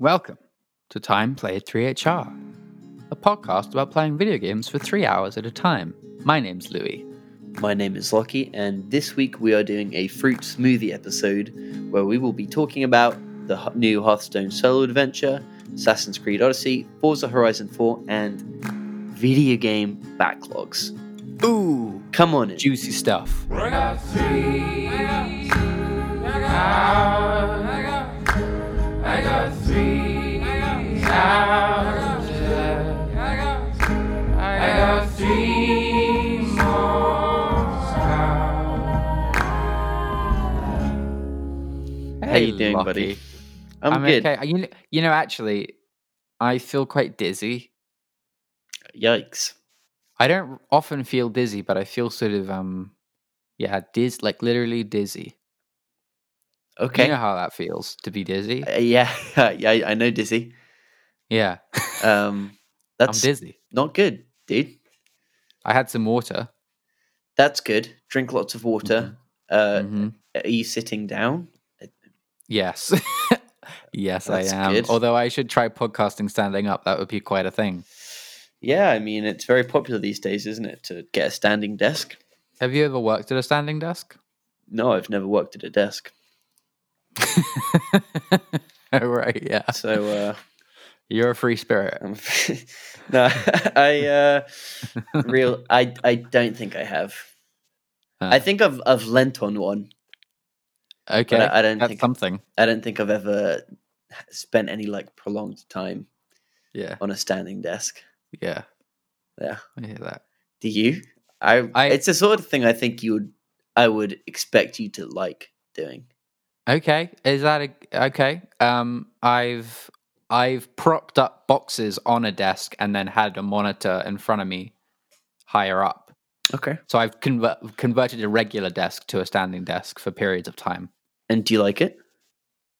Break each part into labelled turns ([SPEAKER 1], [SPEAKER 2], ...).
[SPEAKER 1] Welcome to Time Played 3HR, a podcast about playing video games for three hours at a time. My name's Louis.
[SPEAKER 2] My name is Lockie, and this week we are doing a fruit smoothie episode where we will be talking about the h- new Hearthstone solo adventure, Assassin's Creed Odyssey, Forza Horizon 4, and video game backlogs.
[SPEAKER 1] Ooh,
[SPEAKER 2] Come on, in.
[SPEAKER 1] juicy stuff.
[SPEAKER 2] How you doing, buddy? I'm, good.
[SPEAKER 1] okay. You know, you know, actually, I feel quite dizzy.
[SPEAKER 2] Yikes.
[SPEAKER 1] I don't often feel dizzy, but I feel sort of um, yeah, diz like literally dizzy.
[SPEAKER 2] Okay.
[SPEAKER 1] You know how that feels to be dizzy.
[SPEAKER 2] Uh, yeah, yeah, I- I know, dizzy.
[SPEAKER 1] Yeah,
[SPEAKER 2] Um,
[SPEAKER 1] I'm
[SPEAKER 2] that's
[SPEAKER 1] dizzy.
[SPEAKER 2] not good, dude.
[SPEAKER 1] I had some water.
[SPEAKER 2] That's good. Drink lots of water. Uh,
[SPEAKER 1] Mhm.
[SPEAKER 2] Are you sitting down?
[SPEAKER 1] Yes. yes,
[SPEAKER 2] That's
[SPEAKER 1] I am.
[SPEAKER 2] good.
[SPEAKER 1] Although I should try podcasting standing up. That would be quite a thing.
[SPEAKER 2] Yeah, I mean, it's very popular these days, isn't it, to get a standing desk?
[SPEAKER 1] Have you ever worked at a standing desk?
[SPEAKER 2] No, I've never worked at a desk.
[SPEAKER 1] Oh, right, yeah.
[SPEAKER 2] So, uh,
[SPEAKER 1] You're a free spirit.
[SPEAKER 2] I'm no, I, uh, real, I, I don't think I have. I
[SPEAKER 1] Uh,
[SPEAKER 2] think I've, I've lent on one.
[SPEAKER 1] Okay.
[SPEAKER 2] I don't
[SPEAKER 1] That's
[SPEAKER 2] think-
[SPEAKER 1] something.
[SPEAKER 2] I don't think I've ever spent any like prolonged time
[SPEAKER 1] Yeah.
[SPEAKER 2] on a standing desk.
[SPEAKER 1] Yeah.
[SPEAKER 2] Yeah.
[SPEAKER 1] I hear that.
[SPEAKER 2] Do you? I,
[SPEAKER 1] I-
[SPEAKER 2] it's the sort of thing I think you would, I would expect you to like doing.
[SPEAKER 1] Okay. Is that a, okay? Um I've I've propped up boxes on a desk and then had a monitor in front of me higher up.
[SPEAKER 2] Okay.
[SPEAKER 1] So I've conver- converted a regular desk to a standing desk for periods of time.
[SPEAKER 2] And do you like it?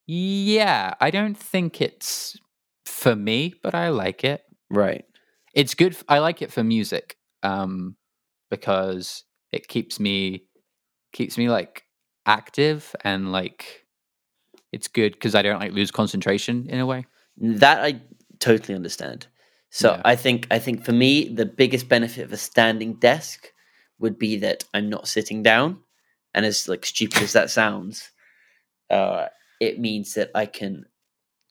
[SPEAKER 1] Yeah, I don't think it's for me, but I like it.
[SPEAKER 2] Right.
[SPEAKER 1] It's good. f- I like it for music, um, because it keeps me keeps me like active and like it's good because I don't like lose concentration in a way.
[SPEAKER 2] That I totally understand. So
[SPEAKER 1] Yeah.
[SPEAKER 2] I think I think for me the biggest benefit of a standing desk would be that I'm not sitting down, and as like stupid as that sounds, uh, it means that I can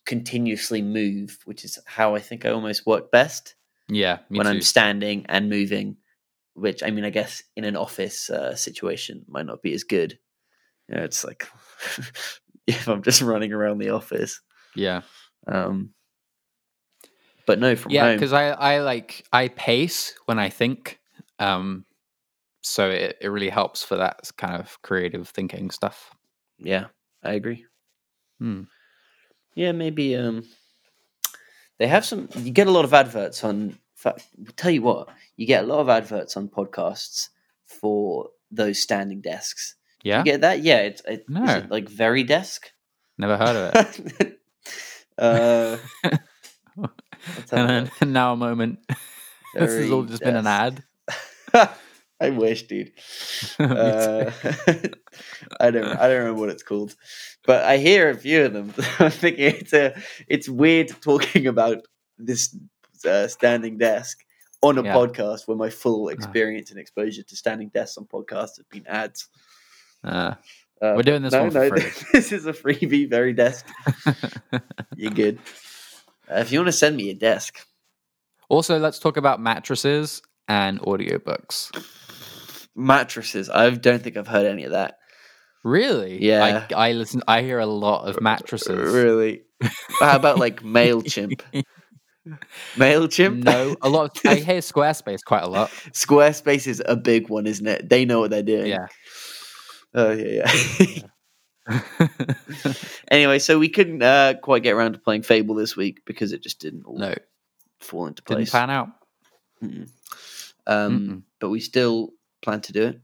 [SPEAKER 2] continuously move, which is how I think I almost work best
[SPEAKER 1] Yeah, me
[SPEAKER 2] when
[SPEAKER 1] too.
[SPEAKER 2] I'm standing and moving. Which I mean, I guess in an office uh, situation might not be as good. You know, it's like if I'm just running around the office.
[SPEAKER 1] yeah,
[SPEAKER 2] Um, but no, from
[SPEAKER 1] yeah,
[SPEAKER 2] home.
[SPEAKER 1] because I I like I pace when I think, um, so it it really helps for that kind of creative thinking stuff.
[SPEAKER 2] yeah, I agree.
[SPEAKER 1] Hmm.
[SPEAKER 2] Yeah, maybe um, they have some. You get a lot of adverts on. fa- Tell you what, you get a lot of adverts on podcasts for those standing desks.
[SPEAKER 1] Yeah,
[SPEAKER 2] You get that? Yeah, it's it, is
[SPEAKER 1] No.
[SPEAKER 2] it like very desk.
[SPEAKER 1] never heard of it.
[SPEAKER 2] uh, let's have a
[SPEAKER 1] and
[SPEAKER 2] look.
[SPEAKER 1] then, now a moment. this has all
[SPEAKER 2] Very
[SPEAKER 1] just been an
[SPEAKER 2] desk.
[SPEAKER 1] ad.
[SPEAKER 2] I wish, dude.
[SPEAKER 1] Me too.
[SPEAKER 2] Uh, I don't. I don't remember what it's called, but I hear a few of them. I'm thinking it's a. It's weird talking about this uh, standing desk on a
[SPEAKER 1] Yeah. Uh-huh.
[SPEAKER 2] podcast where my full experience and exposure to standing desks on podcasts have been ads.
[SPEAKER 1] Uh,
[SPEAKER 2] Uh,
[SPEAKER 1] we're doing this
[SPEAKER 2] no,
[SPEAKER 1] one for
[SPEAKER 2] no,
[SPEAKER 1] free.
[SPEAKER 2] this is a freebie. Very desk. You're good. Uh, if you want to send me a desk,
[SPEAKER 1] also, let's talk about mattresses and audiobooks.
[SPEAKER 2] mattresses. I don't think I've heard any of that.
[SPEAKER 1] Really?
[SPEAKER 2] Yeah.
[SPEAKER 1] I, I listen. I hear a lot of mattresses.
[SPEAKER 2] Really? How about like Mailchimp? Mailchimp?
[SPEAKER 1] no, a lot. I hear Squarespace quite a lot.
[SPEAKER 2] Squarespace is a big one, isn't it? They know what they're doing.
[SPEAKER 1] Yeah.
[SPEAKER 2] Oh yeah, yeah. anyway, so we couldn't uh, quite get around to playing Fable this week because it just didn't all
[SPEAKER 1] no,
[SPEAKER 2] fall into
[SPEAKER 1] didn't
[SPEAKER 2] place.
[SPEAKER 1] pan out.
[SPEAKER 2] Mm-mm. Um,
[SPEAKER 1] Mm-mm.
[SPEAKER 2] But we still plan to do it.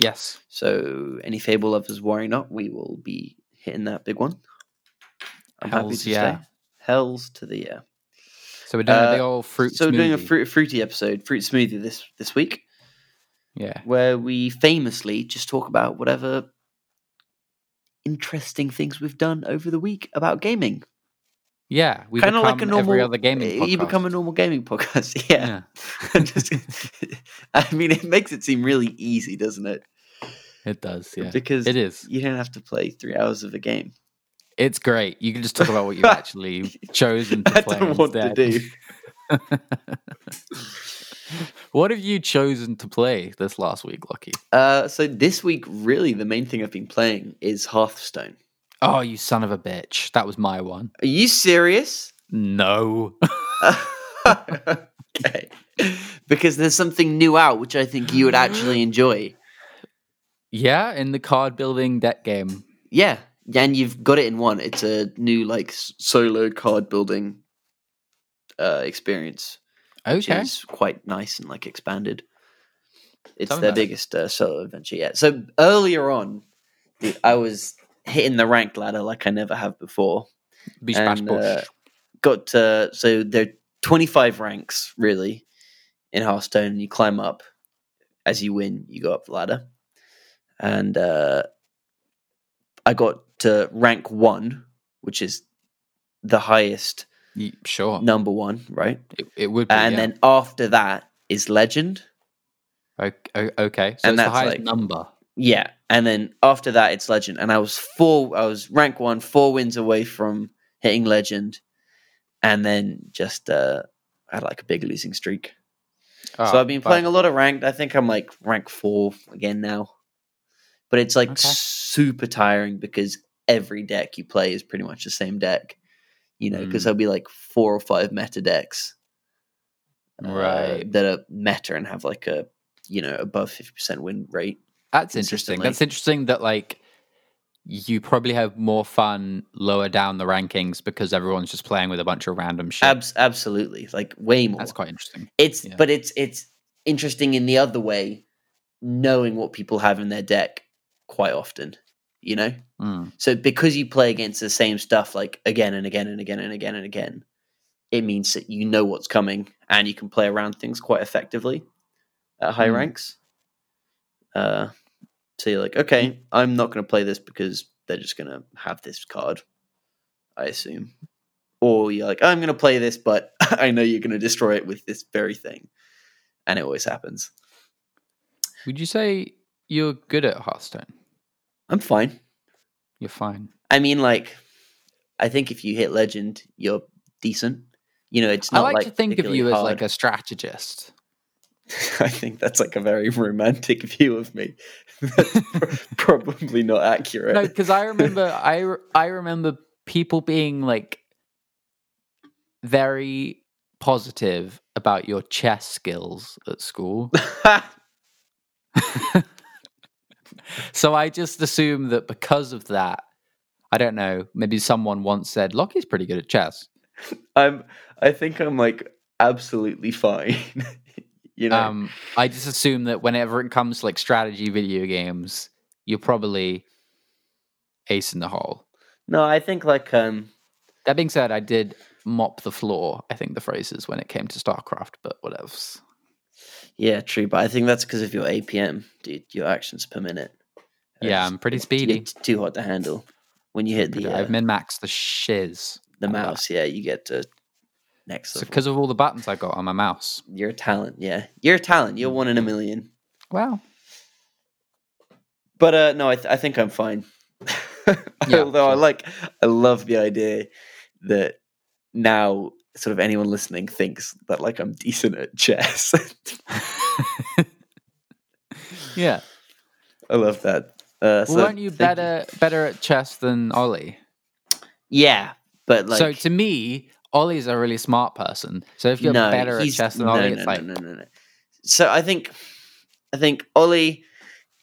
[SPEAKER 1] Yes.
[SPEAKER 2] So any Fable lovers worrying not, we will be hitting that big one. I'm happy
[SPEAKER 1] Hells
[SPEAKER 2] to
[SPEAKER 1] yeah.
[SPEAKER 2] say. Hells to the yeah.
[SPEAKER 1] So we're doing
[SPEAKER 2] Uh,
[SPEAKER 1] a big old fruit.
[SPEAKER 2] so we're doing a
[SPEAKER 1] smoothie.
[SPEAKER 2] fruit, fruity episode, fruit smoothie this this week,
[SPEAKER 1] Yeah.
[SPEAKER 2] where we famously just talk about whatever interesting things we've done over the week about gaming.
[SPEAKER 1] Yeah, we
[SPEAKER 2] Kind of like a
[SPEAKER 1] become
[SPEAKER 2] normal. eh,
[SPEAKER 1] every other gaming.
[SPEAKER 2] You become a
[SPEAKER 1] podcast.
[SPEAKER 2] normal gaming podcast. Yeah.
[SPEAKER 1] yeah.
[SPEAKER 2] Just- I mean, it makes it seem really easy, doesn't it?
[SPEAKER 1] It does. Yeah,
[SPEAKER 2] Because
[SPEAKER 1] it is.
[SPEAKER 2] you don't have to play three hours of a game.
[SPEAKER 1] It's great. You can just talk about what you've actually chosen to
[SPEAKER 2] I
[SPEAKER 1] play.
[SPEAKER 2] don't want to
[SPEAKER 1] instead.
[SPEAKER 2] do.
[SPEAKER 1] What have you chosen to play this last week, Lucky?
[SPEAKER 2] Uh, so this week, really, the main thing I've been playing is Hearthstone.
[SPEAKER 1] Oh, you son of a bitch! That was my one.
[SPEAKER 2] Are you serious?
[SPEAKER 1] No.
[SPEAKER 2] okay. Because there's something new out which I think you would actually enjoy.
[SPEAKER 1] yeah, in the card building deck game.
[SPEAKER 2] Yeah. And you've got it in one. It's a new like s- solo card building uh experience. Which
[SPEAKER 1] Okay.
[SPEAKER 2] is quite nice and like expanded. It's
[SPEAKER 1] Tell me
[SPEAKER 2] their
[SPEAKER 1] about it.
[SPEAKER 2] biggest uh, solo adventure yet. So earlier on, the- I was hitting the ranked ladder like I never have before.
[SPEAKER 1] Bish bash
[SPEAKER 2] and,
[SPEAKER 1] bush.
[SPEAKER 2] uh, got to so there are 25 ranks really in Hearthstone. You climb up as you win, you go up the ladder, and uh, I got to rank one, which is the highest
[SPEAKER 1] Y- sure.
[SPEAKER 2] number one, right?
[SPEAKER 1] It, it would be.
[SPEAKER 2] And
[SPEAKER 1] yeah.
[SPEAKER 2] then after that is legend.
[SPEAKER 1] O- o- okay. So it's
[SPEAKER 2] and
[SPEAKER 1] the
[SPEAKER 2] that's
[SPEAKER 1] highest
[SPEAKER 2] like-
[SPEAKER 1] number.
[SPEAKER 2] Yeah, and then after that, it's legend. And I was four, I was rank one, four wins away from hitting legend, and then just uh, I had like a big losing streak. so
[SPEAKER 1] Oh,
[SPEAKER 2] I've been playing
[SPEAKER 1] but
[SPEAKER 2] a lot of ranked. I think I'm like rank four again now, but it's like
[SPEAKER 1] Okay.
[SPEAKER 2] super tiring because every deck you play is pretty much the same deck, you know, because
[SPEAKER 1] Mm.
[SPEAKER 2] there'll be like four or five meta decks, uh,
[SPEAKER 1] Right.
[SPEAKER 2] that are meta and have like a you know above fifty percent win rate.
[SPEAKER 1] That's interesting.
[SPEAKER 2] consistently.
[SPEAKER 1] That's interesting that like you probably have more fun lower down the rankings because everyone's just playing with a bunch of random shit.
[SPEAKER 2] Abs- absolutely, like way more.
[SPEAKER 1] That's quite interesting.
[SPEAKER 2] It's
[SPEAKER 1] Yeah.
[SPEAKER 2] but it's it's interesting in the other way, knowing what people have in their deck quite often, you know.
[SPEAKER 1] Mm.
[SPEAKER 2] So because you play against the same stuff like again and again and again and again and again, it means that you know what's coming and you can play around things quite effectively at high
[SPEAKER 1] Mm.
[SPEAKER 2] ranks. Uh, so you're like, okay, I'm not going to play this because they're just going to have this card, I assume. Or you're like, I'm going to play this, but I know you're going to destroy it with this very thing, and it always happens.
[SPEAKER 1] Would you say you're good at Hearthstone?
[SPEAKER 2] I'm fine.
[SPEAKER 1] You're fine.
[SPEAKER 2] I mean, like, I think if you hit legend, you're decent. You know, it's
[SPEAKER 1] I
[SPEAKER 2] not
[SPEAKER 1] like,
[SPEAKER 2] like
[SPEAKER 1] to think of
[SPEAKER 2] particularly
[SPEAKER 1] you as
[SPEAKER 2] hard.
[SPEAKER 1] like a strategist.
[SPEAKER 2] I think that's like a very romantic view of me. That's pro- probably not accurate.
[SPEAKER 1] No, because I remember I re- I remember people being like very positive about your chess skills at school. So I just assume that because of that, I don't know, maybe someone once said Lockie's pretty good at chess.
[SPEAKER 2] I'm. I think I'm like absolutely fine. you know,
[SPEAKER 1] Um, I just assume that whenever it comes to like strategy video games, you're probably ace in the hole.
[SPEAKER 2] no, I think like um,
[SPEAKER 1] That being said, I did mop the floor, I think the phrase is when it came to StarCraft, but what else?
[SPEAKER 2] yeah, true. But I think that's because of your APM, dude. Your actions per minute.
[SPEAKER 1] Yeah,
[SPEAKER 2] It's-
[SPEAKER 1] I'm pretty
[SPEAKER 2] it's-
[SPEAKER 1] speedy.
[SPEAKER 2] It's too hot to handle when you hit the uh,
[SPEAKER 1] I've min maxed the shiz.
[SPEAKER 2] the
[SPEAKER 1] at that.
[SPEAKER 2] mouse. Yeah, you get to next
[SPEAKER 1] So
[SPEAKER 2] level.
[SPEAKER 1] because of all the buttons I got on my mouse.
[SPEAKER 2] You're a talent. Yeah, you're a talent.
[SPEAKER 1] Mm-hmm.
[SPEAKER 2] You're one in a million.
[SPEAKER 1] Wow.
[SPEAKER 2] But uh, no, I, th- I think I'm fine.
[SPEAKER 1] Yeah,
[SPEAKER 2] Although I
[SPEAKER 1] sure.
[SPEAKER 2] like, I love the idea that now sort of anyone listening thinks that like I'm decent at chess.
[SPEAKER 1] Yeah.
[SPEAKER 2] I love that. Uh, so
[SPEAKER 1] Weren't you
[SPEAKER 2] thank
[SPEAKER 1] better better at chess than Ollie?
[SPEAKER 2] Yeah, but like,
[SPEAKER 1] so to me, Ollie's a really smart person. So if you're
[SPEAKER 2] no,
[SPEAKER 1] better at
[SPEAKER 2] he's-
[SPEAKER 1] chess than
[SPEAKER 2] no,
[SPEAKER 1] Ollie,
[SPEAKER 2] no,
[SPEAKER 1] it's
[SPEAKER 2] no,
[SPEAKER 1] like
[SPEAKER 2] no, no, no. So I think, I think Ollie,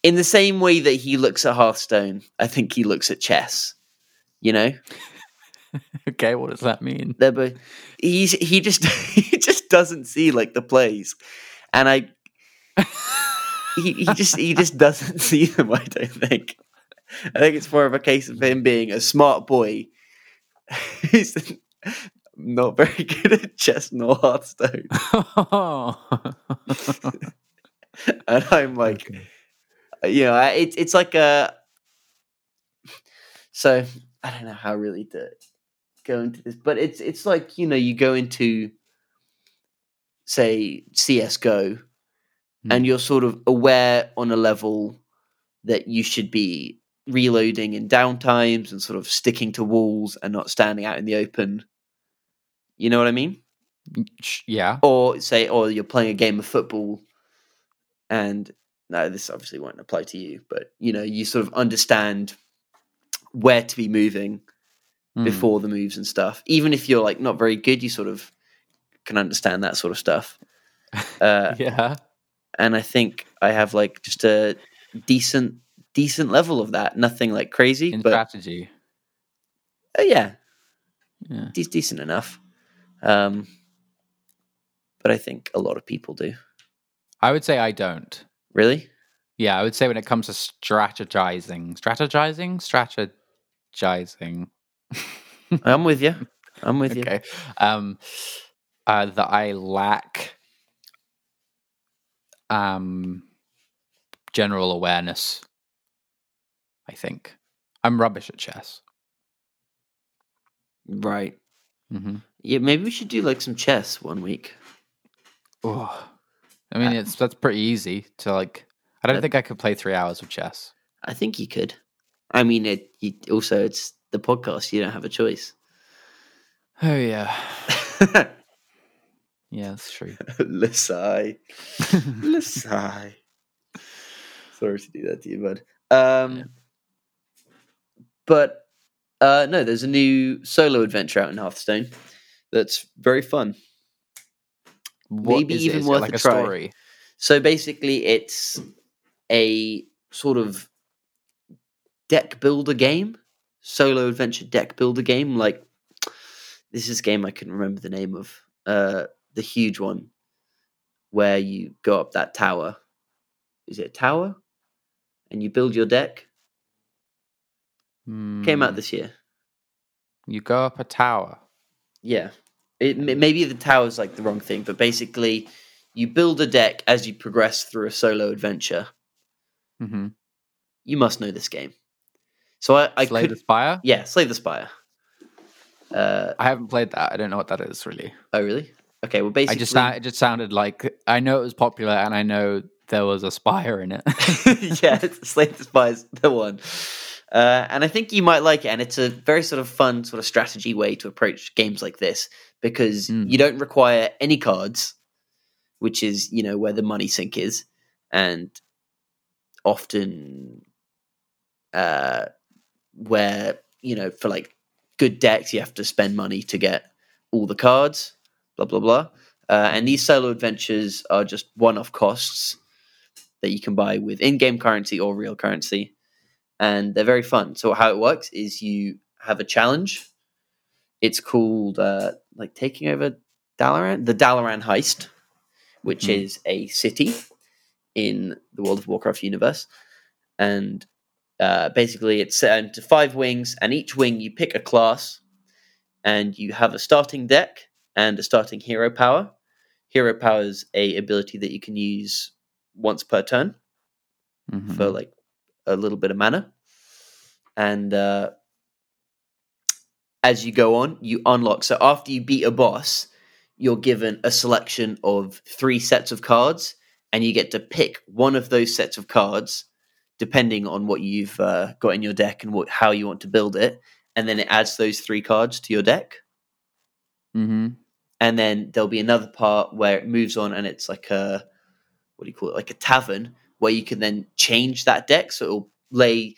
[SPEAKER 2] in the same way that he looks at Hearthstone, I think he looks at chess. You know,
[SPEAKER 1] okay, what does that mean?
[SPEAKER 2] they're both he's he just he just doesn't see like the plays and i he, he just he just doesn't see them i don't think i think it's more of a case of him being a smart boy he's not very good at chess nor hearthstone and i'm like uh, you know I- it's it's like a so i don't know how really to go into this, but it's it's like you know you go into say CS:GO,
[SPEAKER 1] Mm.
[SPEAKER 2] and you're sort of aware on a level that you should be reloading in downtimes and sort of sticking to walls and not standing out in the open. You know what I mean?
[SPEAKER 1] Sh- Yeah.
[SPEAKER 2] Or say, or you're playing a game of football, and no, this obviously won't apply to you, but you know, you sort of understand where to be moving
[SPEAKER 1] Mm.
[SPEAKER 2] before the moves and stuff. Even if you're like not very good, you sort of can understand that sort of stuff. Uh,
[SPEAKER 1] Yeah.
[SPEAKER 2] and I think I have like just a decent, decent level of that. Nothing like crazy,
[SPEAKER 1] In
[SPEAKER 2] but
[SPEAKER 1] strategy.
[SPEAKER 2] uh, yeah,
[SPEAKER 1] Yeah.
[SPEAKER 2] de- decent enough. Um, but I think a lot of people do.
[SPEAKER 1] I would say I don't.
[SPEAKER 2] Really?
[SPEAKER 1] Yeah, I would say when it comes to strategizing, strategizing, strategizing.
[SPEAKER 2] I'm with you. I'm with you.
[SPEAKER 1] okay. Um, uh, that I lack um, general awareness. I think I'm rubbish at chess.
[SPEAKER 2] Right.
[SPEAKER 1] Mm-hmm.
[SPEAKER 2] Yeah, maybe we should do like some chess one week.
[SPEAKER 1] I mean,
[SPEAKER 2] I-
[SPEAKER 1] it's that's pretty easy to like. I don't
[SPEAKER 2] Uh, That-
[SPEAKER 1] think I could play three hours of chess.
[SPEAKER 2] I think you could. I mean, it. You, also, it's the podcast. You don't have a choice.
[SPEAKER 1] Oh yeah, yeah, that's true.
[SPEAKER 2] Lasai. Lasai. Sorry to do that to you, bud. Um,
[SPEAKER 1] Yeah.
[SPEAKER 2] But uh, no, there's a new solo adventure out in Hearthstone that's very fun.
[SPEAKER 1] What
[SPEAKER 2] Maybe
[SPEAKER 1] is
[SPEAKER 2] even
[SPEAKER 1] Is
[SPEAKER 2] worth
[SPEAKER 1] like
[SPEAKER 2] a
[SPEAKER 1] a
[SPEAKER 2] try.
[SPEAKER 1] story.
[SPEAKER 2] So basically, it's a sort of deck builder game, solo adventure deck builder game. Like this is a game I couldn't remember the name of, uh, the huge one where you go up that tower. Is it a tower? And you build your deck. Came out
[SPEAKER 1] Mm,
[SPEAKER 2] this year.
[SPEAKER 1] You go up a tower.
[SPEAKER 2] Yeah. It, m- maybe the tower's like the wrong thing, but basically, you build a deck as you progress through a solo adventure.
[SPEAKER 1] Mm-hmm.
[SPEAKER 2] You must know this game. So I, I
[SPEAKER 1] Slay
[SPEAKER 2] could,
[SPEAKER 1] the spire.
[SPEAKER 2] yeah, Slay the Spire. Uh,
[SPEAKER 1] I haven't played that. I don't know what that is really.
[SPEAKER 2] oh, really? Okay, well, basically,
[SPEAKER 1] I just sound, it just sounded like I know it was popular and I know there was a spire in it.
[SPEAKER 2] yeah, it's- Slay the Spire's the one. Uh, and I think you might like it, and it's a very sort of fun sort of strategy way to approach games like this because
[SPEAKER 1] Mm.
[SPEAKER 2] you don't require any cards, which is you know where the money sink is, and often uh, where you know for like good decks you have to spend money to get all the cards, blah blah blah. Uh, and these solo adventures are just one-off costs that you can buy with in-game currency or real currency and they're very fun so how it works is you have a challenge it's called uh, like taking over dalaran the dalaran heist which
[SPEAKER 1] Mhm.
[SPEAKER 2] is a city in the world of warcraft universe and uh, basically it's set into five wings and each wing you pick a class and you have a starting deck and a starting hero power hero power is a ability that you can use once per turn
[SPEAKER 1] Mhm.
[SPEAKER 2] for like a little bit of mana. And uh, as you go on, you unlock. So after you beat a boss, you're given a selection of three sets of cards, and you get to pick one of those sets of cards, depending on what you've uh, got in your deck and what how you want to build it. And then it adds those three cards to your deck
[SPEAKER 1] Mhm.
[SPEAKER 2] and then there'll be another part where it moves on and it's like a what do you call it like a tavern where you can then change that deck so it'll lay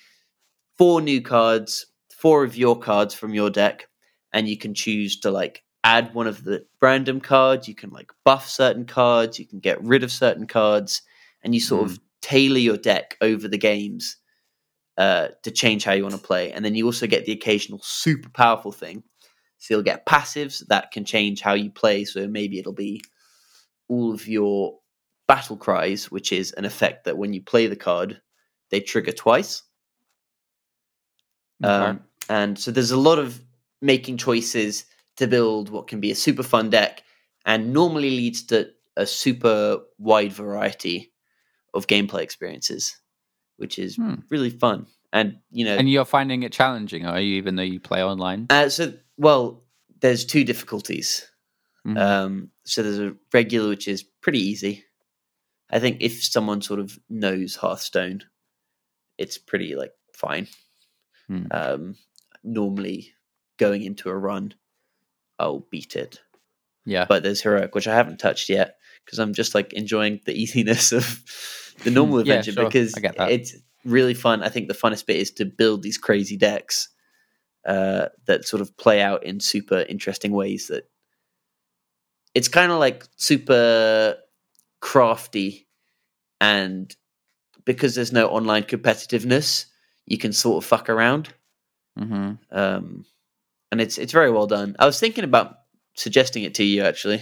[SPEAKER 2] four new cards four of your cards from your deck and you can choose to like add one of the random cards you can like buff certain cards you can get rid of certain cards and you sort of tailor your deck over the games uh, to change how you want to play and then you also get the occasional super powerful thing so you'll get passives that can change how you play. So maybe it'll be all of your battle cries, which is an effect that when you play the card, they trigger twice.
[SPEAKER 1] Okay.
[SPEAKER 2] Um, and so there's a lot of making choices to build what can be a super fun deck and normally leads to a super wide variety of gameplay experiences, which is
[SPEAKER 1] Hmm.
[SPEAKER 2] really fun. And, you know,
[SPEAKER 1] And you're finding it challenging, are you? Even though you play online.
[SPEAKER 2] Uh, so well, there's two difficulties.
[SPEAKER 1] Mhm.
[SPEAKER 2] Um, so there's a regular, which is pretty easy. I think if someone sort of knows Hearthstone, it's pretty like fine.
[SPEAKER 1] Hmm.
[SPEAKER 2] Um, normally, going into a run, I'll beat it.
[SPEAKER 1] Yeah.
[SPEAKER 2] But there's heroic, which I haven't touched yet because I'm just like enjoying the easiness of the normal
[SPEAKER 1] Hmm. Yeah,
[SPEAKER 2] adventure
[SPEAKER 1] sure.
[SPEAKER 2] because
[SPEAKER 1] I get that.
[SPEAKER 2] it's really fun. I think the funnest bit is to build these crazy decks uh, that sort of play out in super interesting ways. That it's kind of like super crafty, and because there's no online competitiveness, you can sort of fuck around
[SPEAKER 1] hmm
[SPEAKER 2] um, and it's it's very well done. I was thinking about suggesting it to you actually.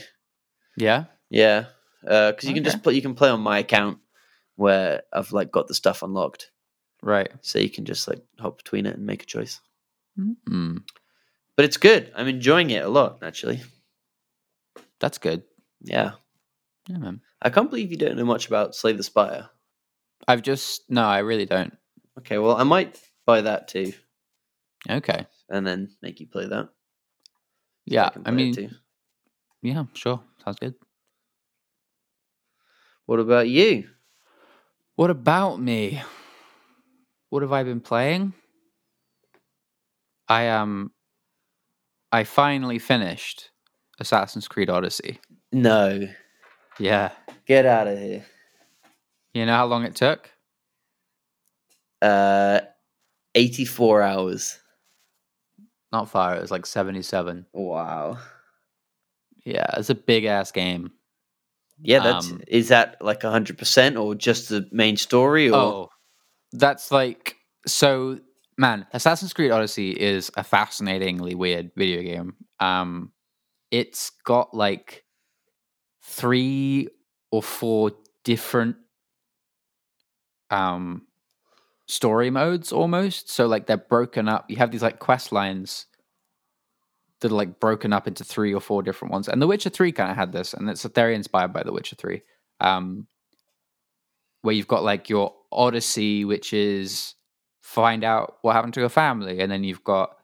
[SPEAKER 1] Yeah.
[SPEAKER 2] Yeah, because you can just
[SPEAKER 1] Okay.
[SPEAKER 2] play. You can play on my account where I've like got the stuff unlocked,
[SPEAKER 1] Right.
[SPEAKER 2] so you can just like hop between it and make a choice.
[SPEAKER 1] Mm,
[SPEAKER 2] But it's good. I'm enjoying it a lot actually.
[SPEAKER 1] that's good.
[SPEAKER 2] Yeah,
[SPEAKER 1] Yeah, man.
[SPEAKER 2] I can't believe you don't know much about Slay the Spire.
[SPEAKER 1] I've just no, I really don't.
[SPEAKER 2] Okay, well I might buy that too,
[SPEAKER 1] Okay.
[SPEAKER 2] and then make you play that.
[SPEAKER 1] Yeah.
[SPEAKER 2] can
[SPEAKER 1] I
[SPEAKER 2] play it
[SPEAKER 1] mean,
[SPEAKER 2] too.
[SPEAKER 1] yeah, sure. Sounds good.
[SPEAKER 2] what about you?
[SPEAKER 1] What about me? What have I been playing? I um I finally finished Assassin's Creed Odyssey.
[SPEAKER 2] No,
[SPEAKER 1] Yeah.
[SPEAKER 2] get out of here.
[SPEAKER 1] You know how long it took?
[SPEAKER 2] Uh, eighty-four hours.
[SPEAKER 1] Not far, it was like 77.
[SPEAKER 2] Wow.
[SPEAKER 1] Yeah, it's a big ass game.
[SPEAKER 2] Yeah, that's
[SPEAKER 1] Um,
[SPEAKER 2] is that like hundred percent or just the main story or
[SPEAKER 1] Oh, that's like so. Man, Assassin's Creed Odyssey is a fascinatingly weird video game. Um, it's got like three or four different um story modes almost. So like they're broken up. You have these like quest lines that are like broken up into three or four different ones. And The Witcher Three kind of had this, and it's very inspired by The Witcher Three. Um, where you've got like your Odyssey, which is find out what happened to your family, and then you've got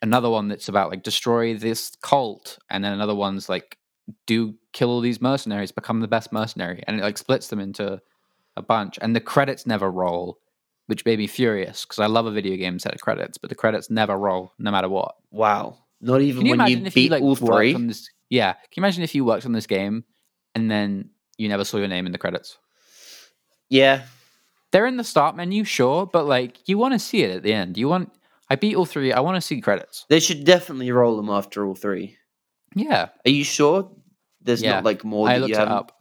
[SPEAKER 1] another one that's about like destroy this cult, and then another one's like do kill all these mercenaries, become the best mercenary, and it like splits them into a bunch. And the credits never roll, which made me furious because I love a video game set of credits, but the credits never roll no matter what.
[SPEAKER 2] wow. Not even
[SPEAKER 1] Can you
[SPEAKER 2] when you
[SPEAKER 1] imagine
[SPEAKER 2] beat
[SPEAKER 1] if you like
[SPEAKER 2] all
[SPEAKER 1] worked
[SPEAKER 2] three.
[SPEAKER 1] on this? Yeah, can you imagine if you worked on this game and then you never saw your name in the credits?
[SPEAKER 2] Yeah.
[SPEAKER 1] they're in the start menu, sure, but like you want to see it at the end. You want I beat all three. I want to see credits.
[SPEAKER 2] They should definitely roll them after all three.
[SPEAKER 1] Yeah,
[SPEAKER 2] Are you sure? There's
[SPEAKER 1] Yeah,
[SPEAKER 2] not like more
[SPEAKER 1] I
[SPEAKER 2] that
[SPEAKER 1] looked
[SPEAKER 2] you
[SPEAKER 1] it
[SPEAKER 2] have
[SPEAKER 1] up.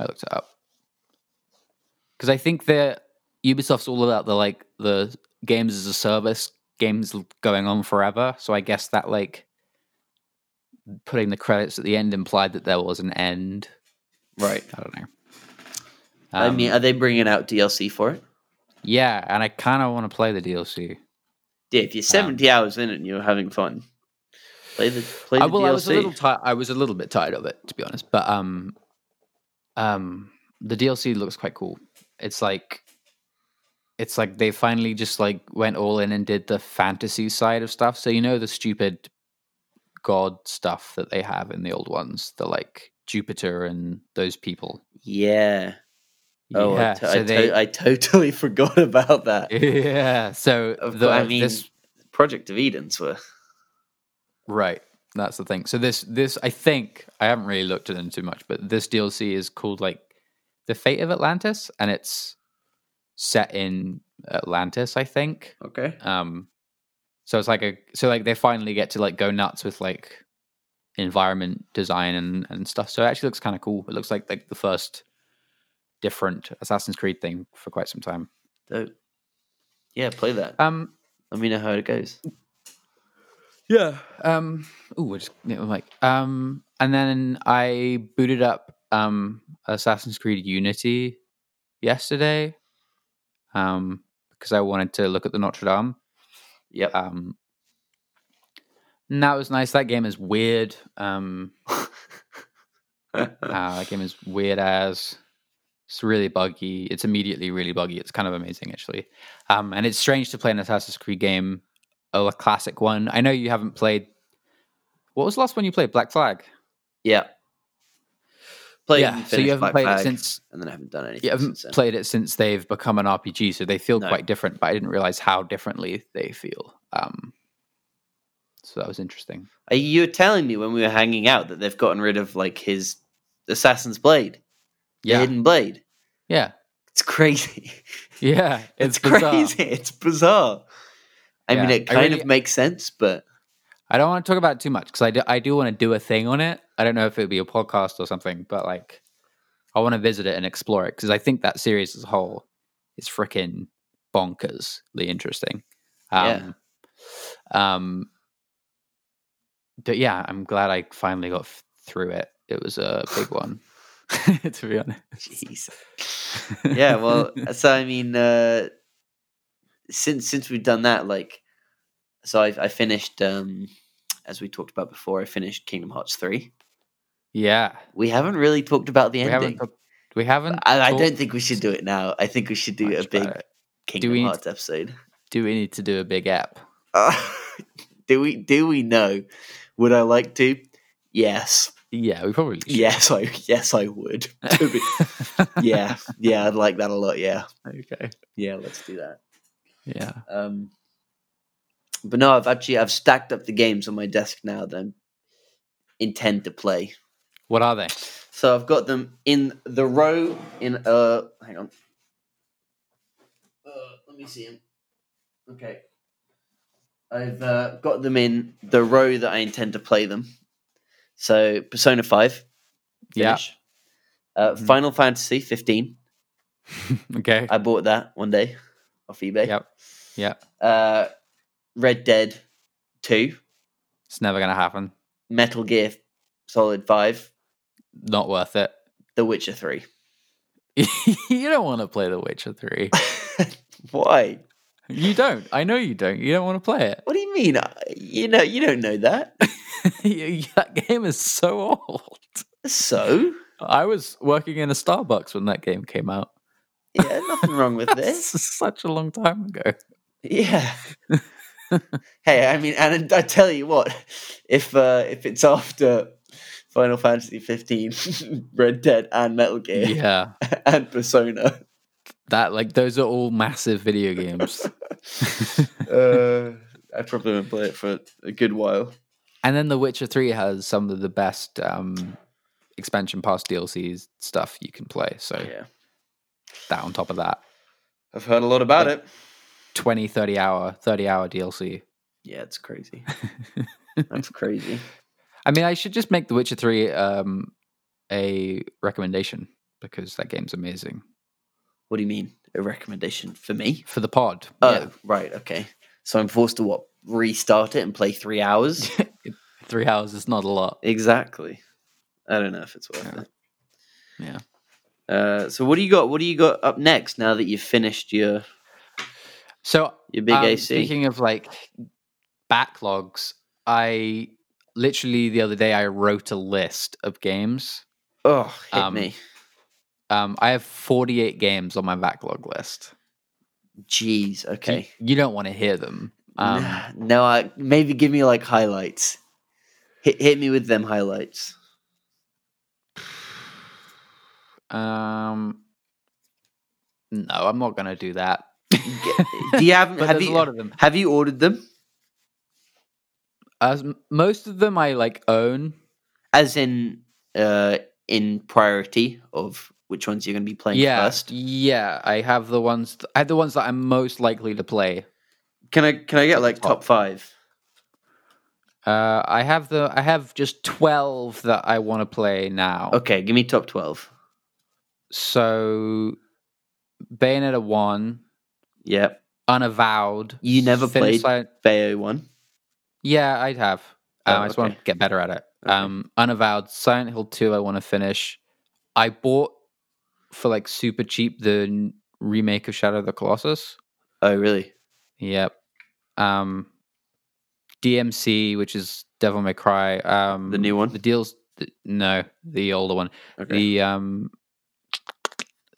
[SPEAKER 1] I looked it up because I think that Ubisoft's all about the like the games as a service, games l- going on forever. So I guess that like putting the credits at the end implied that there was an end.
[SPEAKER 2] Right.
[SPEAKER 1] I don't know.
[SPEAKER 2] I mean,
[SPEAKER 1] Um,
[SPEAKER 2] are they bringing out DLC for it?
[SPEAKER 1] yeah, and I kind of want to play the DLC.
[SPEAKER 2] Yeah, if you're
[SPEAKER 1] um,
[SPEAKER 2] 70 hours in it and you're having fun, play the play the
[SPEAKER 1] I, well,
[SPEAKER 2] DLC.
[SPEAKER 1] I was a little tired. I was a little bit tired of it, to be honest. But um, um, the DLC looks quite cool. It's like, it's like they finally just like went all in and did the fantasy side of stuff. So you know the stupid god stuff that they have in the old ones, the like Jupiter and those people.
[SPEAKER 2] yeah. Oh, I
[SPEAKER 1] yeah.
[SPEAKER 2] to- I
[SPEAKER 1] so
[SPEAKER 2] to-
[SPEAKER 1] they.
[SPEAKER 2] I totally forgot about that.
[SPEAKER 1] yeah. So
[SPEAKER 2] Of
[SPEAKER 1] the, uh,
[SPEAKER 2] course, Uh, I mean,
[SPEAKER 1] this
[SPEAKER 2] Project of Eden's were
[SPEAKER 1] Right. That's the thing. So this this I think I haven't really looked at them too much, but this DLC is called like The Fate of Atlantis and it's set in Atlantis, I think.
[SPEAKER 2] okay.
[SPEAKER 1] Um so it's like a so like they finally get to like go nuts with like environment design and and stuff. So it actually looks kind of cool. It looks like like the first different Assassin's Creed thing for quite some time.
[SPEAKER 2] Dope. Yeah, play that.
[SPEAKER 1] Um
[SPEAKER 2] Let me know how it goes.
[SPEAKER 1] Yeah. Um. Oh, we're just yeah, we're like um. And then I booted up um Assassin's Creed Unity yesterday, um, because I wanted to look at the Notre Dame.
[SPEAKER 2] Yep.
[SPEAKER 1] Um. And that was nice. That game is weird. Um. Uh, that game is weird as. It's really buggy. It's immediately really buggy. It's kind of amazing actually. Um. And it's strange to play an Assassin's Creed game oh a classic one. I know you haven't played. What was the last one you played? Black Flag.
[SPEAKER 2] Yeah. Played
[SPEAKER 1] yeah,
[SPEAKER 2] and
[SPEAKER 1] so you
[SPEAKER 2] finished
[SPEAKER 1] haven't
[SPEAKER 2] Black
[SPEAKER 1] played it
[SPEAKER 2] Flag,
[SPEAKER 1] since.
[SPEAKER 2] and then I haven't done anything.
[SPEAKER 1] You haven't
[SPEAKER 2] since then.
[SPEAKER 1] played it since they've become an RPG, so they feel
[SPEAKER 2] No.
[SPEAKER 1] quite different. But I didn't realize how differently they feel. Um, so that was interesting.
[SPEAKER 2] Uh, You were telling me when we were hanging out that they've gotten rid of like his assassin's blade, the
[SPEAKER 1] Yeah,
[SPEAKER 2] hidden blade.
[SPEAKER 1] yeah,
[SPEAKER 2] It's crazy.
[SPEAKER 1] yeah.
[SPEAKER 2] It's,
[SPEAKER 1] It's, bizarre.
[SPEAKER 2] crazy. It's bizarre. I mean,
[SPEAKER 1] Yeah,
[SPEAKER 2] it
[SPEAKER 1] I
[SPEAKER 2] kind
[SPEAKER 1] really-
[SPEAKER 2] of makes sense, but
[SPEAKER 1] I don't want to talk about it too much because I do, I do want to do a thing on it. I don't know if it would be a podcast or something, but like I want to visit it and explore it because I think that series as a whole is freaking bonkersly interesting.
[SPEAKER 2] Yeah.
[SPEAKER 1] Um, um, but yeah, I'm glad I finally got f- through it. It was a big one, to be honest.
[SPEAKER 2] jeez. yeah, well, so I mean, uh, since since we've done that, like, so I, I finished, um, as we talked about before, I finished Kingdom Hearts three.
[SPEAKER 1] yeah.
[SPEAKER 2] We haven't really talked about the
[SPEAKER 1] We
[SPEAKER 2] ending.
[SPEAKER 1] haven't. talked- We haven't.
[SPEAKER 2] I, I
[SPEAKER 1] talked
[SPEAKER 2] don't think we should do it now. I think we should do
[SPEAKER 1] much
[SPEAKER 2] a
[SPEAKER 1] about
[SPEAKER 2] big
[SPEAKER 1] it.
[SPEAKER 2] Kingdom
[SPEAKER 1] we need
[SPEAKER 2] Hearts episode.
[SPEAKER 1] Do we need to do a big app?
[SPEAKER 2] Uh, do we do we know? Would I like to? Yes,
[SPEAKER 1] Yeah, we probably. should.
[SPEAKER 2] yes, I yes I would. To be- yeah, yeah, I'd like that a lot. Yeah,
[SPEAKER 1] okay.
[SPEAKER 2] yeah, let's do that.
[SPEAKER 1] Yeah.
[SPEAKER 2] Um, but no, I've actually I've stacked up the games on my desk now that I intend to play.
[SPEAKER 1] What are they?
[SPEAKER 2] So I've got them in the row in uh hang on. Uh, let me see them. Okay. I've uh, got them in the row that I intend to play them. So Persona 5
[SPEAKER 1] Yeah.
[SPEAKER 2] finish. Uh,
[SPEAKER 1] Mhm.
[SPEAKER 2] Final Fantasy 15.
[SPEAKER 1] Okay.
[SPEAKER 2] I bought that one day off eBay.
[SPEAKER 1] Yep. Yep.
[SPEAKER 2] Uh, Red Dead 2.
[SPEAKER 1] It's never gonna happen.
[SPEAKER 2] Metal Gear Solid 5,
[SPEAKER 1] Not worth it.
[SPEAKER 2] The Witcher 3.
[SPEAKER 1] you don't want to play The Witcher Three.
[SPEAKER 2] Why?
[SPEAKER 1] You don't. I know you don't. You don't want to play it.
[SPEAKER 2] What do you mean? I- You know, you don't know that.
[SPEAKER 1] You- that game is so old.
[SPEAKER 2] So,
[SPEAKER 1] I was working in a Starbucks when that game came out.
[SPEAKER 2] yeah, nothing wrong with
[SPEAKER 1] This
[SPEAKER 2] this.
[SPEAKER 1] is such a long time ago.
[SPEAKER 2] Yeah. hey, I mean, and I tell you what, if uh, if it's after Final Fantasy 15, Red Dead, and Metal Gear
[SPEAKER 1] Yeah.
[SPEAKER 2] and Persona,
[SPEAKER 1] That like those are all massive video games.
[SPEAKER 2] uh, I probably won't play it for a good while.
[SPEAKER 1] And then The Witcher 3 has some of the best um expansion pass DLCs stuff you can play. So
[SPEAKER 2] Yeah,
[SPEAKER 1] that on top of that.
[SPEAKER 2] I've heard a lot about
[SPEAKER 1] Like-
[SPEAKER 2] it.
[SPEAKER 1] 20, 30 hour, 30 hour DLC.
[SPEAKER 2] Yeah, it's crazy. That's crazy.
[SPEAKER 1] I mean, I should just make The Witcher 3 um, a recommendation because that game's amazing
[SPEAKER 2] What do you mean? A recommendation for me?
[SPEAKER 1] for the pod.
[SPEAKER 2] Oh, right, okay. So I'm forced to what? Restart it and play three hours?
[SPEAKER 1] Yeah. Three hours is not a lot.
[SPEAKER 2] exactly. I don't know if it's worth
[SPEAKER 1] Yeah.
[SPEAKER 2] it.
[SPEAKER 1] Yeah.
[SPEAKER 2] Uh, so what do you got? What do you got up next? Now that you've finished your
[SPEAKER 1] So,
[SPEAKER 2] your big
[SPEAKER 1] um,
[SPEAKER 2] AC,
[SPEAKER 1] speaking of like backlogs, I literally the other day I wrote a list of games.
[SPEAKER 2] oh hit
[SPEAKER 1] um,
[SPEAKER 2] me,
[SPEAKER 1] Um, I have 48 games on my backlog list.
[SPEAKER 2] jeez.
[SPEAKER 1] You-
[SPEAKER 2] Okay,
[SPEAKER 1] You, don't want to hear them. Um,
[SPEAKER 2] Nah, no, I, maybe give me like highlights. Hit hit me with them highlights.
[SPEAKER 1] um, no, I'm not going to do that.
[SPEAKER 2] Get- do you have
[SPEAKER 1] But
[SPEAKER 2] have
[SPEAKER 1] there's
[SPEAKER 2] you
[SPEAKER 1] a lot of them.
[SPEAKER 2] have you ordered them?
[SPEAKER 1] As m- most of them I like own.
[SPEAKER 2] As in uh in priority of which ones you're going to be playing
[SPEAKER 1] yeah,
[SPEAKER 2] first.
[SPEAKER 1] yeah. I have the ones. th- I have the ones that I'm most likely to play.
[SPEAKER 2] Can I can I get like
[SPEAKER 1] Top.
[SPEAKER 2] top five?
[SPEAKER 1] Uh, I have the. I have just twelve that I want to play now.
[SPEAKER 2] Okay, give me top twelve.
[SPEAKER 1] So, Bayonetta one,
[SPEAKER 2] Yeah,
[SPEAKER 1] Unavowed.
[SPEAKER 2] You never
[SPEAKER 1] Thin
[SPEAKER 2] played-
[SPEAKER 1] Sli-
[SPEAKER 2] Bayo one.
[SPEAKER 1] yeah, I'd have.
[SPEAKER 2] Oh,
[SPEAKER 1] Um, I just want
[SPEAKER 2] okay.
[SPEAKER 1] to get better at it.
[SPEAKER 2] Okay.
[SPEAKER 1] Um, Unavowed, Silent Hill two. I want to finish. I bought for like super cheap the n- remake of Shadow of the Colossus.
[SPEAKER 2] Oh really?
[SPEAKER 1] Yep. Um, DMC, which is Devil May Cry. Um,
[SPEAKER 2] new one?
[SPEAKER 1] The deals. th- no, the older one.
[SPEAKER 2] Okay.
[SPEAKER 1] The um,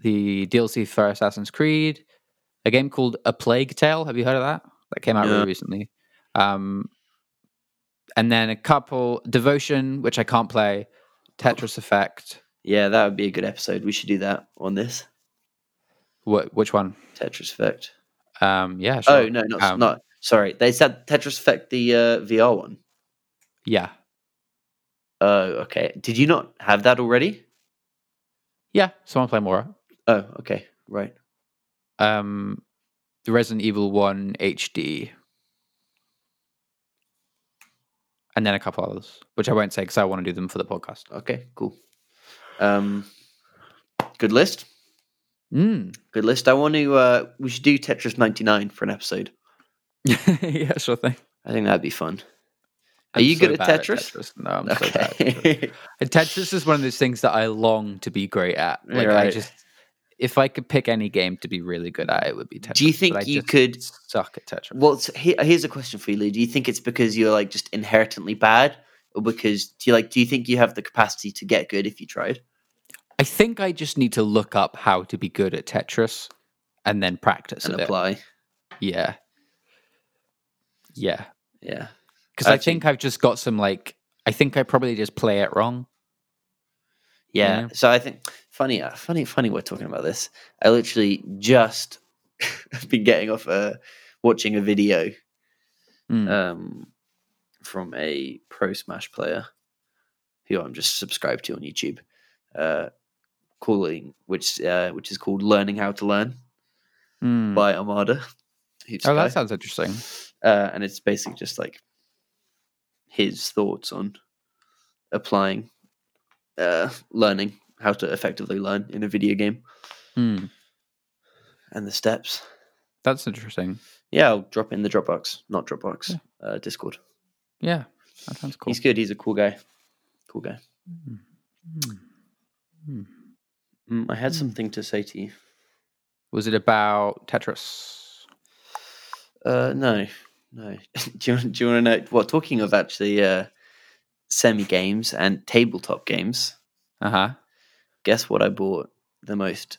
[SPEAKER 1] the DLC for Assassin's Creed, a game called A Plague Tale. Have you heard of that? That came out
[SPEAKER 2] No.
[SPEAKER 1] really recently. Um, and then a couple Devotion, which I can't play,
[SPEAKER 2] Oh.
[SPEAKER 1] Tetris Effect.
[SPEAKER 2] Yeah, that would be a good episode. We should do that on this
[SPEAKER 1] Wh- which one?
[SPEAKER 2] Tetris Effect.
[SPEAKER 1] Um, yeah.
[SPEAKER 2] Oh
[SPEAKER 1] sure.
[SPEAKER 2] no, not
[SPEAKER 1] Um,
[SPEAKER 2] not sorry. They said Tetris Effect the uh, VR one.
[SPEAKER 1] Yeah.
[SPEAKER 2] Oh, okay. Did you not have that already?
[SPEAKER 1] Yeah. Someone play more.
[SPEAKER 2] Oh, okay. Right.
[SPEAKER 1] Um, the Resident Evil One HD, and then a couple others, which I won't say because I want to do them for the podcast.
[SPEAKER 2] Okay. Cool. Um, good list.
[SPEAKER 1] Mm.
[SPEAKER 2] Good list. I want to. Uh, we should do Tetris ninety nine for an episode.
[SPEAKER 1] yeah, sure thing.
[SPEAKER 2] I think that'd be fun. Are
[SPEAKER 1] I'm
[SPEAKER 2] you
[SPEAKER 1] so
[SPEAKER 2] good at
[SPEAKER 1] bad
[SPEAKER 2] Tetris?
[SPEAKER 1] No, I'm so bad. at Tetris.
[SPEAKER 2] okay.
[SPEAKER 1] And Tetris is one of those things that I long to be great at. Like I
[SPEAKER 2] Right.
[SPEAKER 1] just, if I could pick any game to be really good at, it would be Tetris.
[SPEAKER 2] do you
[SPEAKER 1] but I
[SPEAKER 2] think you
[SPEAKER 1] just
[SPEAKER 2] could?
[SPEAKER 1] suck at Tetris?
[SPEAKER 2] Well, it's- here, here's a question for you, Lou. Do you think it's because you're like just inherently bad, or because do you like? Do you think you have the capacity to get good if you tried?
[SPEAKER 1] I think I just need to look up how to be good at Tetris, and then practice
[SPEAKER 2] and
[SPEAKER 1] a bit.
[SPEAKER 2] apply.
[SPEAKER 1] Yeah, yeah.
[SPEAKER 2] Yeah.
[SPEAKER 1] Because I
[SPEAKER 2] Actually-
[SPEAKER 1] think I've just got some like. I think I probably just play it wrong.
[SPEAKER 2] Yeah.
[SPEAKER 1] Yeah.
[SPEAKER 2] So I think funny, uh, funny, funny. We're talking about this. I literally just been getting off uh watching a video
[SPEAKER 1] Mm.
[SPEAKER 2] um, from a pro Smash player who I'm just subscribed to on YouTube, uh, calling which uh, which is called "Learning How to Learn"
[SPEAKER 1] Mm.
[SPEAKER 2] by Armada. Hoops
[SPEAKER 1] oh,
[SPEAKER 2] guy.
[SPEAKER 1] that sounds interesting.
[SPEAKER 2] uh, and it's basically just like his thoughts on applying, uh, learning how to effectively learn in a video game
[SPEAKER 1] Mm.
[SPEAKER 2] and the steps.
[SPEAKER 1] That's interesting.
[SPEAKER 2] Yeah, I'll drop in the Dropbox, not Dropbox, uh, Discord.
[SPEAKER 1] Yeah, that sounds cool.
[SPEAKER 2] He's good. He's a cool guy. Cool guy. Hmm.
[SPEAKER 1] Mm. Mm.
[SPEAKER 2] Mm, I had
[SPEAKER 1] Hmm.
[SPEAKER 2] something to say to you.
[SPEAKER 1] Was it about Tetris?
[SPEAKER 2] Uh, no, no. do you want, do you want to know? Well, talking of actually uh, semi games and tabletop games,
[SPEAKER 1] Uh
[SPEAKER 2] Uh-huh.
[SPEAKER 1] huh.
[SPEAKER 2] guess what I bought? The most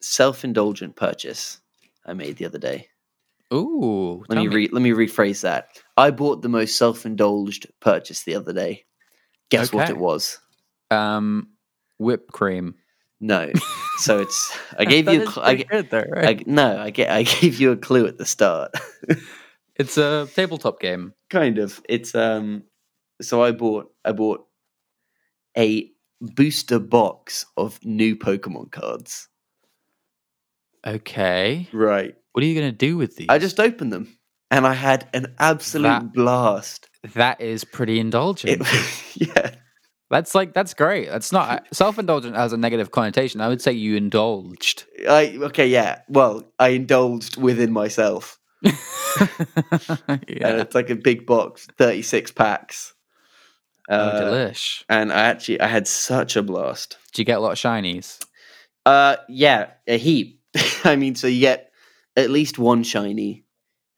[SPEAKER 2] self indulgent purchase I made the other day.
[SPEAKER 1] Ooh,
[SPEAKER 2] Let
[SPEAKER 1] tell
[SPEAKER 2] me, re- let me rephrase that. I bought the most self indulged purchase the other day. Guess what
[SPEAKER 1] Okay.
[SPEAKER 2] it was?
[SPEAKER 1] Um, whipped cream.
[SPEAKER 2] No. so it's I gave you a cl- I, g- I g- no I get I gave you a clue at the start.
[SPEAKER 1] It's a tabletop game.
[SPEAKER 2] kind of it's um so i bought i bought a booster box of new pokemon cards
[SPEAKER 1] Okay.
[SPEAKER 2] right
[SPEAKER 1] What are you gonna do with these?
[SPEAKER 2] i just opened them and i had an absolute
[SPEAKER 1] That-
[SPEAKER 2] blast
[SPEAKER 1] that is pretty
[SPEAKER 2] it,
[SPEAKER 1] indulgent.
[SPEAKER 2] yeah
[SPEAKER 1] that's like that's great. That's not self indulgent has a negative connotation. I would say you indulged.
[SPEAKER 2] i okay yeah well i indulged within myself and
[SPEAKER 1] yeah.
[SPEAKER 2] it's like a big box 36 packs
[SPEAKER 1] oh,
[SPEAKER 2] Uh,
[SPEAKER 1] delish.
[SPEAKER 2] and i actually i had such a blast
[SPEAKER 1] Did you get a lot of shinies?
[SPEAKER 2] Uh, yeah, a heap. I mean, so you get at least one shiny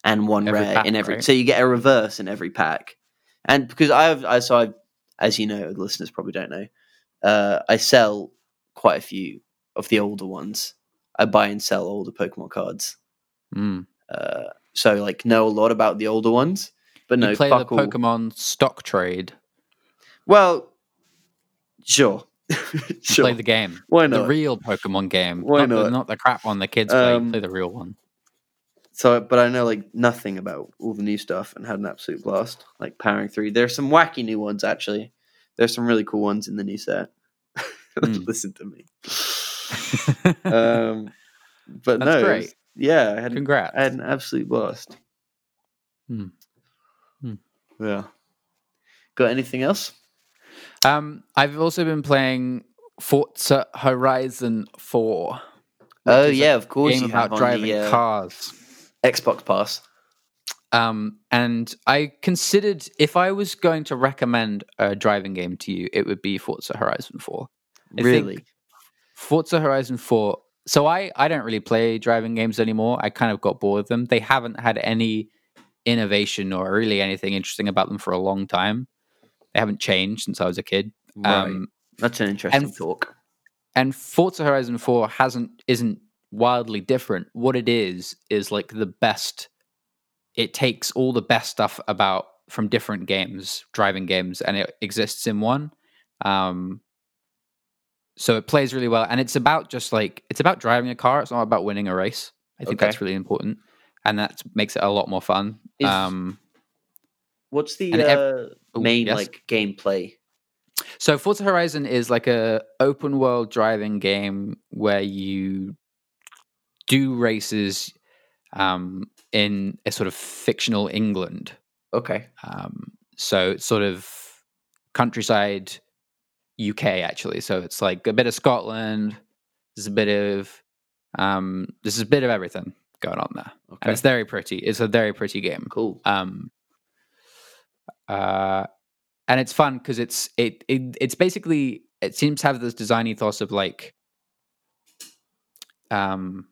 [SPEAKER 2] and one
[SPEAKER 1] Every
[SPEAKER 2] rare
[SPEAKER 1] pack,
[SPEAKER 2] in every.
[SPEAKER 1] right?
[SPEAKER 2] So you get a reverse in every pack, and because I've I so I, as you know, the listeners probably don't know, uh, I sell quite a few of the older ones. I buy and sell older Pokemon cards.
[SPEAKER 1] Mm.
[SPEAKER 2] Uh, so like know a lot about the older ones, but no
[SPEAKER 1] you play the
[SPEAKER 2] fuck all.
[SPEAKER 1] Pokemon stock trade.
[SPEAKER 2] Well, sure,
[SPEAKER 1] You
[SPEAKER 2] sure.
[SPEAKER 1] Play the game.
[SPEAKER 2] Why
[SPEAKER 1] The
[SPEAKER 2] not?
[SPEAKER 1] real Pokemon game.
[SPEAKER 2] Why
[SPEAKER 1] not, The,
[SPEAKER 2] not?
[SPEAKER 1] not the crap one the kids play. You
[SPEAKER 2] Um,
[SPEAKER 1] play the real one.
[SPEAKER 2] So, but I know like nothing about all the new stuff and had an absolute blast, like powering through. There's some wacky new ones actually. There's some really cool ones in the new set.
[SPEAKER 1] Mm.
[SPEAKER 2] Listen to me. Um, but
[SPEAKER 1] That's
[SPEAKER 2] no, it
[SPEAKER 1] great.
[SPEAKER 2] was- yeah, I had an,
[SPEAKER 1] Congrats.
[SPEAKER 2] I had an absolute blast.
[SPEAKER 1] Hmm. Hmm.
[SPEAKER 2] Yeah. Got anything else?
[SPEAKER 1] Um, I've also been playing Forza Horizon 4. which
[SPEAKER 2] Oh
[SPEAKER 1] is a
[SPEAKER 2] yeah, of course.
[SPEAKER 1] game
[SPEAKER 2] you
[SPEAKER 1] about
[SPEAKER 2] have on
[SPEAKER 1] driving
[SPEAKER 2] the, uh,
[SPEAKER 1] cars.
[SPEAKER 2] Xbox Pass.
[SPEAKER 1] Um, and I considered if I was going to recommend a driving game to you, it would be Forza Horizon 4. think-
[SPEAKER 2] really?
[SPEAKER 1] Forza Horizon 4. So I I don't really play driving games anymore. I kind of got bored of them. They haven't had any innovation or really anything interesting about them for a long time. They haven't changed since I was a kid.
[SPEAKER 2] right.
[SPEAKER 1] Um,
[SPEAKER 2] That's an interesting talk.
[SPEAKER 1] and Forza Horizon 4 hasn't isn't wildly different. What it is is like the best it takes all the best stuff about from different games, driving games, and it exists in one. Um, so it plays really well, and it's about just like it's about driving a car. It's not about winning a race. I think
[SPEAKER 2] Okay.
[SPEAKER 1] that's really important, and that makes it a lot more fun.
[SPEAKER 2] Is-
[SPEAKER 1] um,
[SPEAKER 2] What's the
[SPEAKER 1] And ev-
[SPEAKER 2] uh,
[SPEAKER 1] oh,
[SPEAKER 2] main
[SPEAKER 1] yes?
[SPEAKER 2] like gameplay?
[SPEAKER 1] So Forza Horizon is like a open world driving game where you do races um, in a sort of fictional England.
[SPEAKER 2] Okay.
[SPEAKER 1] Um, so it's sort of countryside UK actually. So it's like a bit of Scotland. There's a bit of um, there's a bit of everything going on there,
[SPEAKER 2] Okay.
[SPEAKER 1] and it's very pretty. It's a very pretty game
[SPEAKER 2] cool.
[SPEAKER 1] um uh and it's fun because it's it, it it's basically it seems to have this design ethos of like um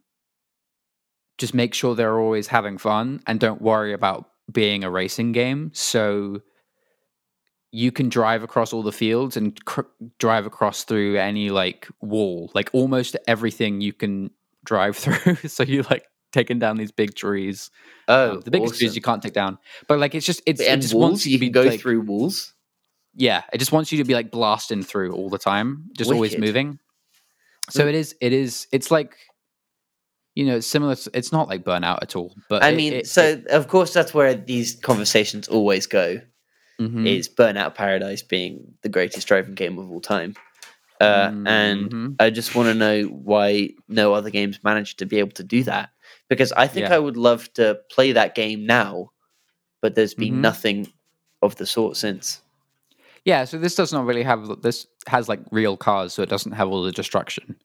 [SPEAKER 1] just make sure they're always having fun and don't worry about being a racing game so you can drive across all the fields and cr- drive across through any like wall like almost everything you can drive through so you like taking down these big trees
[SPEAKER 2] Oh,
[SPEAKER 1] um, the biggest trees you can't take down. But like it's just it's it
[SPEAKER 2] and
[SPEAKER 1] just
[SPEAKER 2] walls.
[SPEAKER 1] wants you
[SPEAKER 2] You
[SPEAKER 1] to
[SPEAKER 2] can
[SPEAKER 1] be
[SPEAKER 2] go
[SPEAKER 1] like,
[SPEAKER 2] through walls.
[SPEAKER 1] yeah, it just wants you to be like blasting through all the time, just always
[SPEAKER 2] Wicked.
[SPEAKER 1] moving. So
[SPEAKER 2] Mm.
[SPEAKER 1] it is it is it's like you know, it's similar to, it's not like burnout at all, but
[SPEAKER 2] I
[SPEAKER 1] it-
[SPEAKER 2] mean,
[SPEAKER 1] it-
[SPEAKER 2] so
[SPEAKER 1] it-
[SPEAKER 2] of course that's where these conversations always go.
[SPEAKER 1] mhm,
[SPEAKER 2] Is Burnout Paradise being the greatest driving game of all time? Uh, And
[SPEAKER 1] mhm.
[SPEAKER 2] I just want to know why no other games managed to be able to do that. Because I think
[SPEAKER 1] Yeah.
[SPEAKER 2] I would love to play that game now, but there's been
[SPEAKER 1] Mhm.
[SPEAKER 2] nothing of the sort since.
[SPEAKER 1] yeah, so this does not really have this has like real cars, so it doesn't have all the destruction.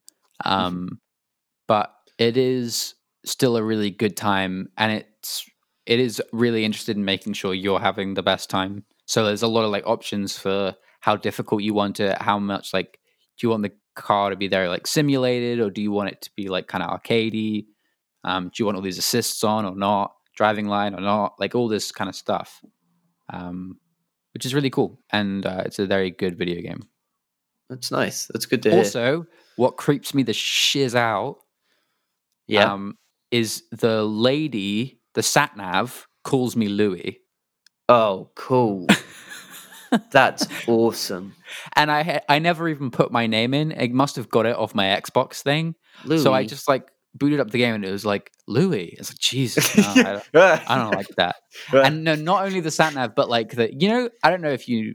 [SPEAKER 1] Um, but it is still a really good time, and it's it is really interested in making sure you're having the best time. So there's a lot of like options for how difficult you want it, how much like do you want the car to be there like simulated, or do you want it to be like kind of arcadey? Um, do you want all these assists on or not? Driving line or not? Like all this kind of stuff, um, which is really cool, and uh, it's a very good video game.
[SPEAKER 2] That's nice. That's good to hear.
[SPEAKER 1] Also, what creeps me the shiz out
[SPEAKER 2] yeah.
[SPEAKER 1] um, is the lady, the sat nav, calls me Louis,
[SPEAKER 2] oh, cool. that's awesome.
[SPEAKER 1] and I ha- I never even put my name in. It must have got it off my Xbox thing.
[SPEAKER 2] Louis.
[SPEAKER 1] So I just like booted up the game, and it was like Louis. It's like Jesus, no, I, don't, I don't like that. And no, not only the sat nav, but like the you know I don't know if you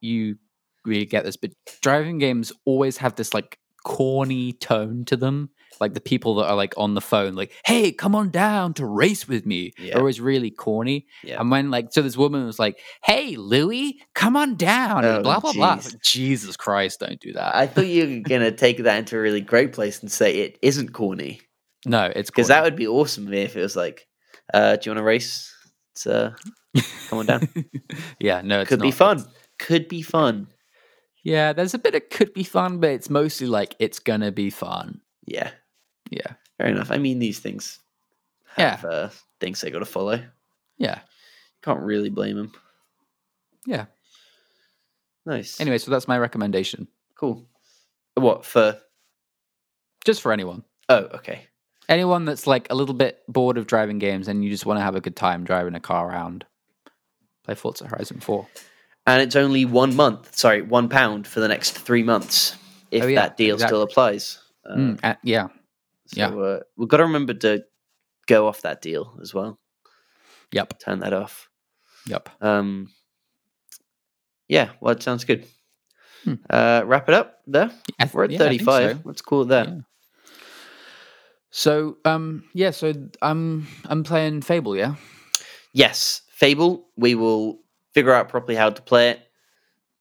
[SPEAKER 1] you really get this, but driving games always have this like corny tone to them. Like the people that are like on the phone, like "Hey, come on down to race with me,"
[SPEAKER 2] Yeah.
[SPEAKER 1] are always really corny.
[SPEAKER 2] Yeah.
[SPEAKER 1] And when like so, this woman was like, "Hey, Louis, come on down,"
[SPEAKER 2] Oh,
[SPEAKER 1] and blah blah blah. It's
[SPEAKER 2] jeez.
[SPEAKER 1] like, Jesus Christ, don't do that.
[SPEAKER 2] I thought you were going to take that into a really great place and say it isn't corny.
[SPEAKER 1] no, it's
[SPEAKER 2] Because that
[SPEAKER 1] corny.
[SPEAKER 2] would be awesome if it was like, uh, do you want to race? It's, uh, come on down.
[SPEAKER 1] yeah, no, it's
[SPEAKER 2] Could be
[SPEAKER 1] not.
[SPEAKER 2] fun. Could be fun.
[SPEAKER 1] Yeah, there's a bit of could be fun, but it's mostly like it's gonna be fun.
[SPEAKER 2] Yeah,
[SPEAKER 1] Yeah,
[SPEAKER 2] fair enough. I mean, these things
[SPEAKER 1] yeah,
[SPEAKER 2] have uh, things they got to follow.
[SPEAKER 1] yeah,
[SPEAKER 2] Can't really blame them.
[SPEAKER 1] yeah.
[SPEAKER 2] Nice.
[SPEAKER 1] Anyway, so that's my recommendation,
[SPEAKER 2] cool. What for?
[SPEAKER 1] just for anyone.
[SPEAKER 2] Oh, okay.
[SPEAKER 1] Anyone that's like a little bit bored of driving games and you just want to have a good time driving a car around, play Forza Horizon 4.
[SPEAKER 2] And it's only one month. Sorry, one pound for the next three months if
[SPEAKER 1] Oh, yeah,
[SPEAKER 2] that deal still applies. Uh,
[SPEAKER 1] Mm, uh, yeah.
[SPEAKER 2] so
[SPEAKER 1] yeah.
[SPEAKER 2] uh, we've got to remember to go off that deal as well.
[SPEAKER 1] Yep.
[SPEAKER 2] Turn that off.
[SPEAKER 1] Yep.
[SPEAKER 2] Um, yeah, well, it sounds good.
[SPEAKER 1] Hmm.
[SPEAKER 2] Uh, wrap it up there.
[SPEAKER 1] I th-
[SPEAKER 2] We're at
[SPEAKER 1] yeah, I think
[SPEAKER 2] 35.
[SPEAKER 1] so.
[SPEAKER 2] Let's call it that.
[SPEAKER 1] Yeah. So, um, yeah, so I'm I'm playing Fable, yeah.
[SPEAKER 2] Yes, Fable. We will figure out properly how to play it.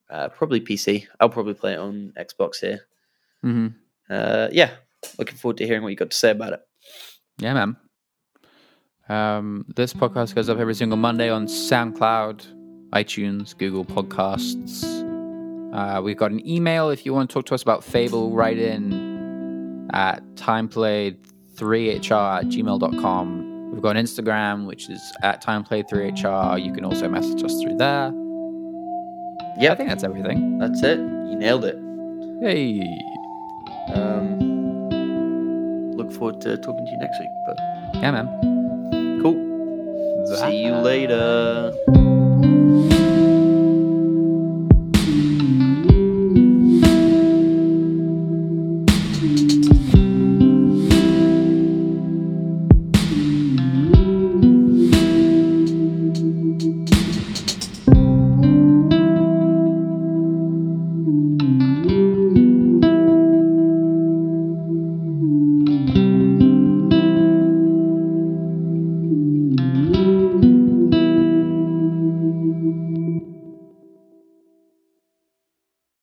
[SPEAKER 2] Uh, probably PC. I'll probably play it on Xbox here.
[SPEAKER 1] Mm-hmm.
[SPEAKER 2] Uh, yeah, looking forward to hearing what you got to say about it.
[SPEAKER 1] Yeah, man. Um, this podcast goes up every single Monday on SoundCloud, iTunes, Google Podcasts. Uh, we've got an email if you want to talk to us about Fable, write in at timeplayed3hr at gmail.com. We've got an Instagram, which is at timeplayed3hr. You can also message us through there. I
[SPEAKER 2] Yeah,
[SPEAKER 1] think that's everything.
[SPEAKER 2] that's it. You nailed it.
[SPEAKER 1] Hey.
[SPEAKER 2] Um, look forward to talking to you next week. But
[SPEAKER 1] Yeah, man.
[SPEAKER 2] cool. See you later.